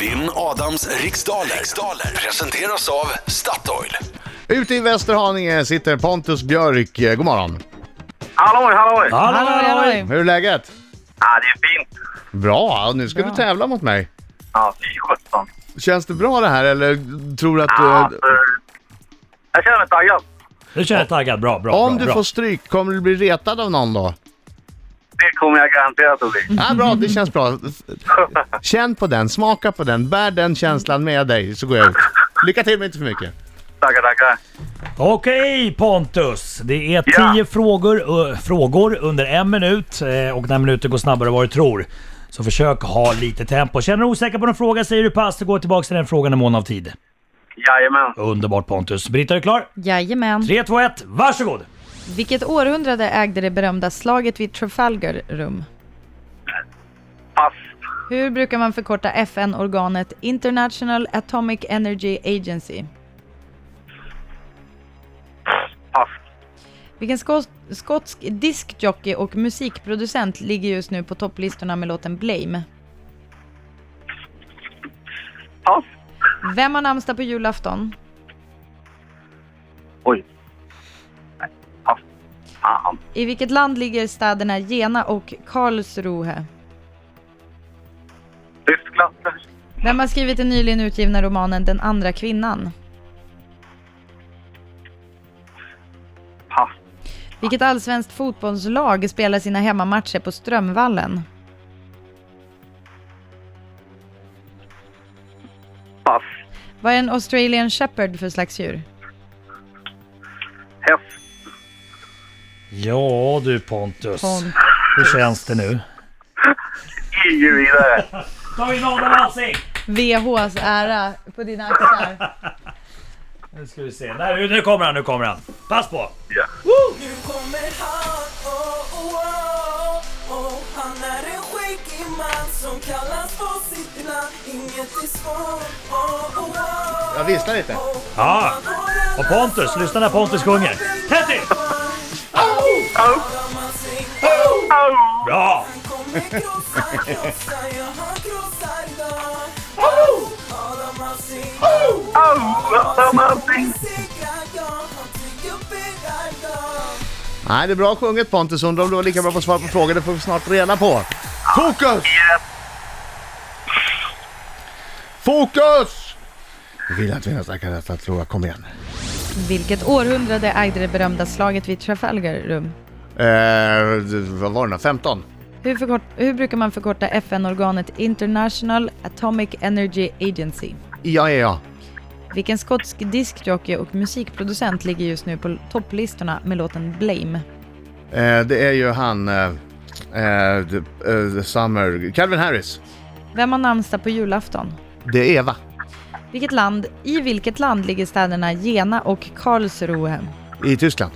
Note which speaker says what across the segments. Speaker 1: Vinn Adams riksdaler. riksdaler presenteras av Statoil.
Speaker 2: Ute i Västerhaninge sitter Pontus Björk. Eh, God morgon.
Speaker 3: Halloj, halloj! Ja.
Speaker 4: Halloj, halloj!
Speaker 2: Hur är läget?
Speaker 3: det är fint.
Speaker 2: Bra, nu ska du tävla mot mig.
Speaker 3: Ja, fy sjutton.
Speaker 2: Känns det bra det här eller tror du att du...
Speaker 3: Ja, alltså, jag känner mig taggad.
Speaker 4: Nu känner jag taggad. Bra, bra,
Speaker 2: Om
Speaker 4: bra,
Speaker 2: du
Speaker 4: bra.
Speaker 2: får stryk, kommer du bli retad av någon då?
Speaker 3: Det kommer jag garanterat att bli.
Speaker 2: Ja, bra, det känns bra. Känn på den, smaka på den, bär den känslan med dig så går jag ut. Lycka till men inte för mycket.
Speaker 3: Tackar, tackar.
Speaker 4: Okej Pontus! Det är
Speaker 3: Ja.
Speaker 4: tio frågor, ö, frågor under en minut eh, och den minuten går snabbare än vad du tror. Så försök ha lite tempo. Känner du osäker på någon fråga säger du pass och går tillbaka till den frågan i mån av tid.
Speaker 3: Jajamän.
Speaker 4: Underbart Pontus! Britta, är du klar?
Speaker 5: Jajamän.
Speaker 4: 3, 2, 1, varsågod!
Speaker 5: Vilket århundrade ägde det berömda slaget vid Trafalgar rum?
Speaker 3: Pass.
Speaker 5: Hur brukar man förkorta FN-organet International Atomic Energy Agency?
Speaker 3: Pass.
Speaker 5: Vilken skos- skotsk diskjockey och musikproducent ligger just nu på topplistorna med låten Blame?
Speaker 3: Pass.
Speaker 5: Vem har namnsdag på julafton?
Speaker 3: Oj. Nej, Pass. Fan.
Speaker 5: I vilket land ligger städerna Jena och Karlsruhe?
Speaker 3: Tyskland kanske?
Speaker 5: Vem har skrivit den nyligen utgivna romanen Den andra kvinnan?
Speaker 3: Pass.
Speaker 5: Vilket allsvenskt fotbollslag spelar sina hemmamatcher på Strömvallen?
Speaker 3: Pass.
Speaker 5: Vad är en Australian Shepherd för slags djur?
Speaker 3: Häst.
Speaker 4: Ja du Pontus,
Speaker 5: Pon-
Speaker 4: hur känns det nu?
Speaker 3: Ingen vidare.
Speaker 4: Ta in Adam Alsing!
Speaker 5: VHs ära på dina axlar.
Speaker 4: Nu ska vi se. Där, nu kommer han, nu kommer han. Pass på!
Speaker 6: Nu kommer han, oh, oh, oh, oh. Han är en skäggig man som kallas på sitt namn Inget är svårt, oh, oh, oh.
Speaker 2: Jag visslar lite.
Speaker 4: Ja, och Pontus, lyssna när Pontus sjunger. Tätt in! Bra!
Speaker 6: Han kommer krossa, krossa, ja han krossar idag Adam Alsing,
Speaker 3: Adam Alsing.
Speaker 6: segrar jag Han triumferar jag
Speaker 2: Nej, det är bra sjunget Pontus. Undrar om du var lika bra på att svara på frågor. Det får vi snart reda på. Fokus! Fokus! Jag vill att vi nästan kan rätta tror jag. Kom igen.
Speaker 5: Vilket århundrade ägde det berömda slaget vid Trafalgar rum?
Speaker 2: Eh, vad var den då? 15?
Speaker 5: Hur, förkort, hur brukar man förkorta FN-organet International Atomic Energy Agency?
Speaker 2: IAEA.
Speaker 5: Vilken skotsk diskjockey och musikproducent ligger just nu på topplistorna med låten Blame?
Speaker 2: Eh, det är ju han... Eh, eh, the, eh, the Summer... Calvin Harris.
Speaker 5: Vem har namnsdag på julafton?
Speaker 2: Det är Eva.
Speaker 5: Vilket land, I vilket land ligger städerna Jena och Karlsruhe?
Speaker 2: I Tyskland.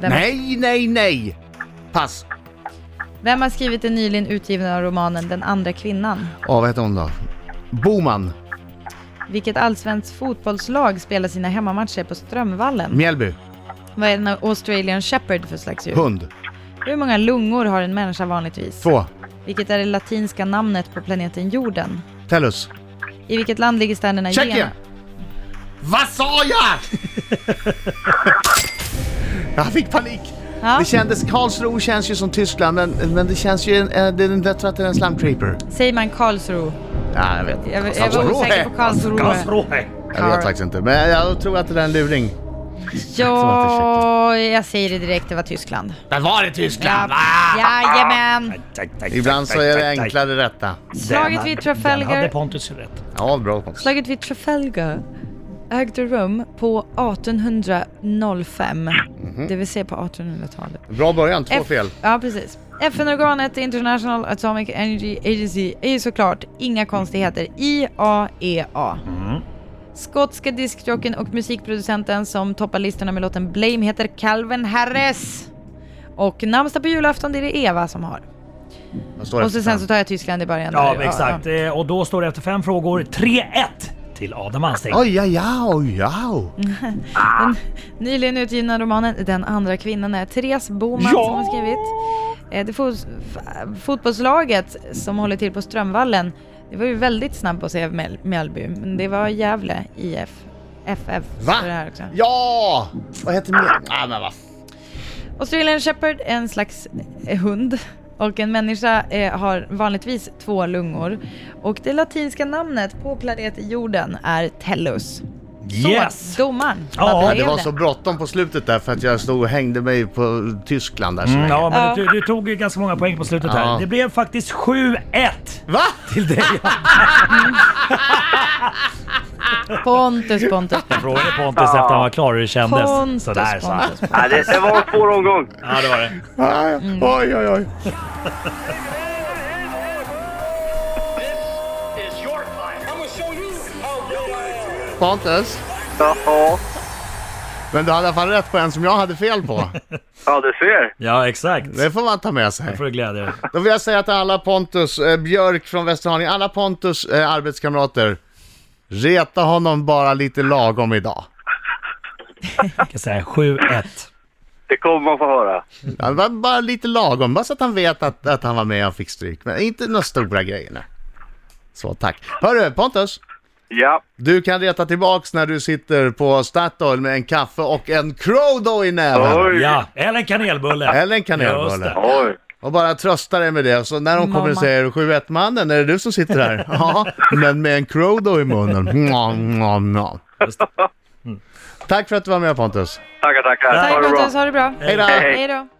Speaker 5: Vem,
Speaker 2: Nej, nej, nej! Pass.
Speaker 5: vem har skrivit den nyligen utgivna romanen Den andra kvinnan?
Speaker 2: Ja, vad heter hon då? Boman.
Speaker 5: Vilket allsvenskt fotbollslag spelar sina hemmamatcher på Strömvallen?
Speaker 2: Mjällby.
Speaker 5: Vad är en Australian Shepherd för slags djur?
Speaker 2: Hund.
Speaker 5: Hur många lungor har en människa vanligtvis?
Speaker 2: Två.
Speaker 5: Vilket är det latinska namnet på planeten jorden?
Speaker 2: Tellus.
Speaker 5: I vilket land ligger städerna
Speaker 2: Tjeckien!
Speaker 5: Jena?
Speaker 2: Vad sa jag? jag fick panik.
Speaker 5: Ja.
Speaker 2: Det kändes, Karlsruhe känns ju som Tyskland men, men det känns ju, en, eh, det är en, jag tror att det är en slamcreeper.
Speaker 5: Säger man Karlsruhe?
Speaker 2: Ja, jag vet.
Speaker 5: Jag, jag var osäker på Karlsruhe.
Speaker 4: Karlsruhe.
Speaker 2: Jag vet faktiskt inte men jag tror att det är en luring.
Speaker 5: Ja, jag säger det direkt, det var Tyskland.
Speaker 2: Men var det Tyskland? Ah!
Speaker 5: Jajamän!
Speaker 2: Ibland så är det enklare rätta.
Speaker 5: Slaget vid Trafalgar-
Speaker 4: Den hade Pontus ju rätt.
Speaker 2: Ja, bra Pontus.
Speaker 5: Slaget vid Trafalgar ägde rum på 1805, det vill säga på 1800-talet.
Speaker 2: Bra början, två
Speaker 5: F-
Speaker 2: fel.
Speaker 5: Ja, precis. FN-organet International Atomic Energy Agency är ju såklart inga konstigheter. IAEA. Skotska diskjocken och musikproducenten som toppar listorna med låten Blame heter Calvin Harris. Och namnsdag på julafton det är det Eva som har.
Speaker 2: Vad står det
Speaker 5: Och så
Speaker 2: efter
Speaker 5: sen så tar jag Tyskland i början.
Speaker 4: Ja,
Speaker 5: där.
Speaker 4: exakt. Eh, Och då står det efter fem frågor 3-1 till Adam Alsing.
Speaker 2: Oj, ja, ja, oj, ja.
Speaker 5: Mm,
Speaker 4: Ah.
Speaker 5: Nyligen utgivna romanen Den andra kvinnan är Therese Boman
Speaker 4: Ja!
Speaker 5: som har skrivit. Eh, Det fot- f- fotbollslaget som håller till på Strömvallen Det var ju väldigt snabbt att säga Mel- Mjällby, men det var Gävle IF. FF.
Speaker 2: Va?
Speaker 5: Så det här också.
Speaker 2: Ja! Vad heter mer? Ah, men vad f-
Speaker 5: Australian Shepherd är en slags eh, hund och en människa eh, har vanligtvis två lungor. Och det latinska namnet på planeten jorden är Tellus. Så,
Speaker 4: Yes!
Speaker 5: domaren.
Speaker 4: Ja,
Speaker 5: vad
Speaker 4: det
Speaker 5: blev
Speaker 2: Det var så bråttom på slutet där för att jag stod och hängde mig på Tyskland där så
Speaker 4: Mm,
Speaker 2: länge.
Speaker 4: ja, men
Speaker 5: Ja.
Speaker 4: Du, du tog ju ganska många poäng på slutet
Speaker 2: Ja.
Speaker 4: här. Det blev faktiskt 7-1
Speaker 2: Va?
Speaker 4: till dig.
Speaker 5: Pontus, Pontus.
Speaker 4: Jag frågade Pontus efter han var klar hur det kändes.
Speaker 5: Pontus,
Speaker 4: Sådär, så.
Speaker 5: Pontus.
Speaker 3: Ja, det, det var en svår omgång.
Speaker 4: Ja, det var det.
Speaker 2: Ah, ja. Oj, oj, oj. Pontus?
Speaker 3: Jaha.
Speaker 2: Men du hade i alla fall rätt på en som jag hade fel på.
Speaker 3: Ja, du ser.
Speaker 4: Ja, exakt.
Speaker 2: Det får man ta med sig.
Speaker 4: får du glädja dig.
Speaker 2: Då vill jag säga till alla Pontus, eh, Björk från Västerhaninge, alla Pontus eh, arbetskamrater. Reta honom bara lite lagom idag.
Speaker 4: Jag kan säga 7-1.
Speaker 3: Det kommer man få höra.
Speaker 2: Ja, bara- bara lite lagom, bara så att han vet att, att han var med och fick stryk. Men inte några stora grejer. Nej. Så tack. Hörru Pontus,
Speaker 3: Ja.
Speaker 2: du kan reta tillbaks när du sitter på Statoil med en kaffe och en Crodo i näven.
Speaker 3: Oj.
Speaker 4: Ja, eller en kanelbulle.
Speaker 2: Eller en kanelbulle.
Speaker 4: Just det.
Speaker 3: Oj.
Speaker 2: Och bara trösta dig med det. Så när hon kommer och
Speaker 5: Mamma.
Speaker 2: säger 7-1 mannen, är det du som sitter här? ja, men med en Crodo i munnen. Mwah, mwah, mwah.
Speaker 4: Just det.
Speaker 2: Tack för att du var med Pontus.
Speaker 3: Tackar, tackar.
Speaker 5: Tack Pontus, ha det bra.
Speaker 2: Hej då!
Speaker 3: Hej.
Speaker 5: Hej då.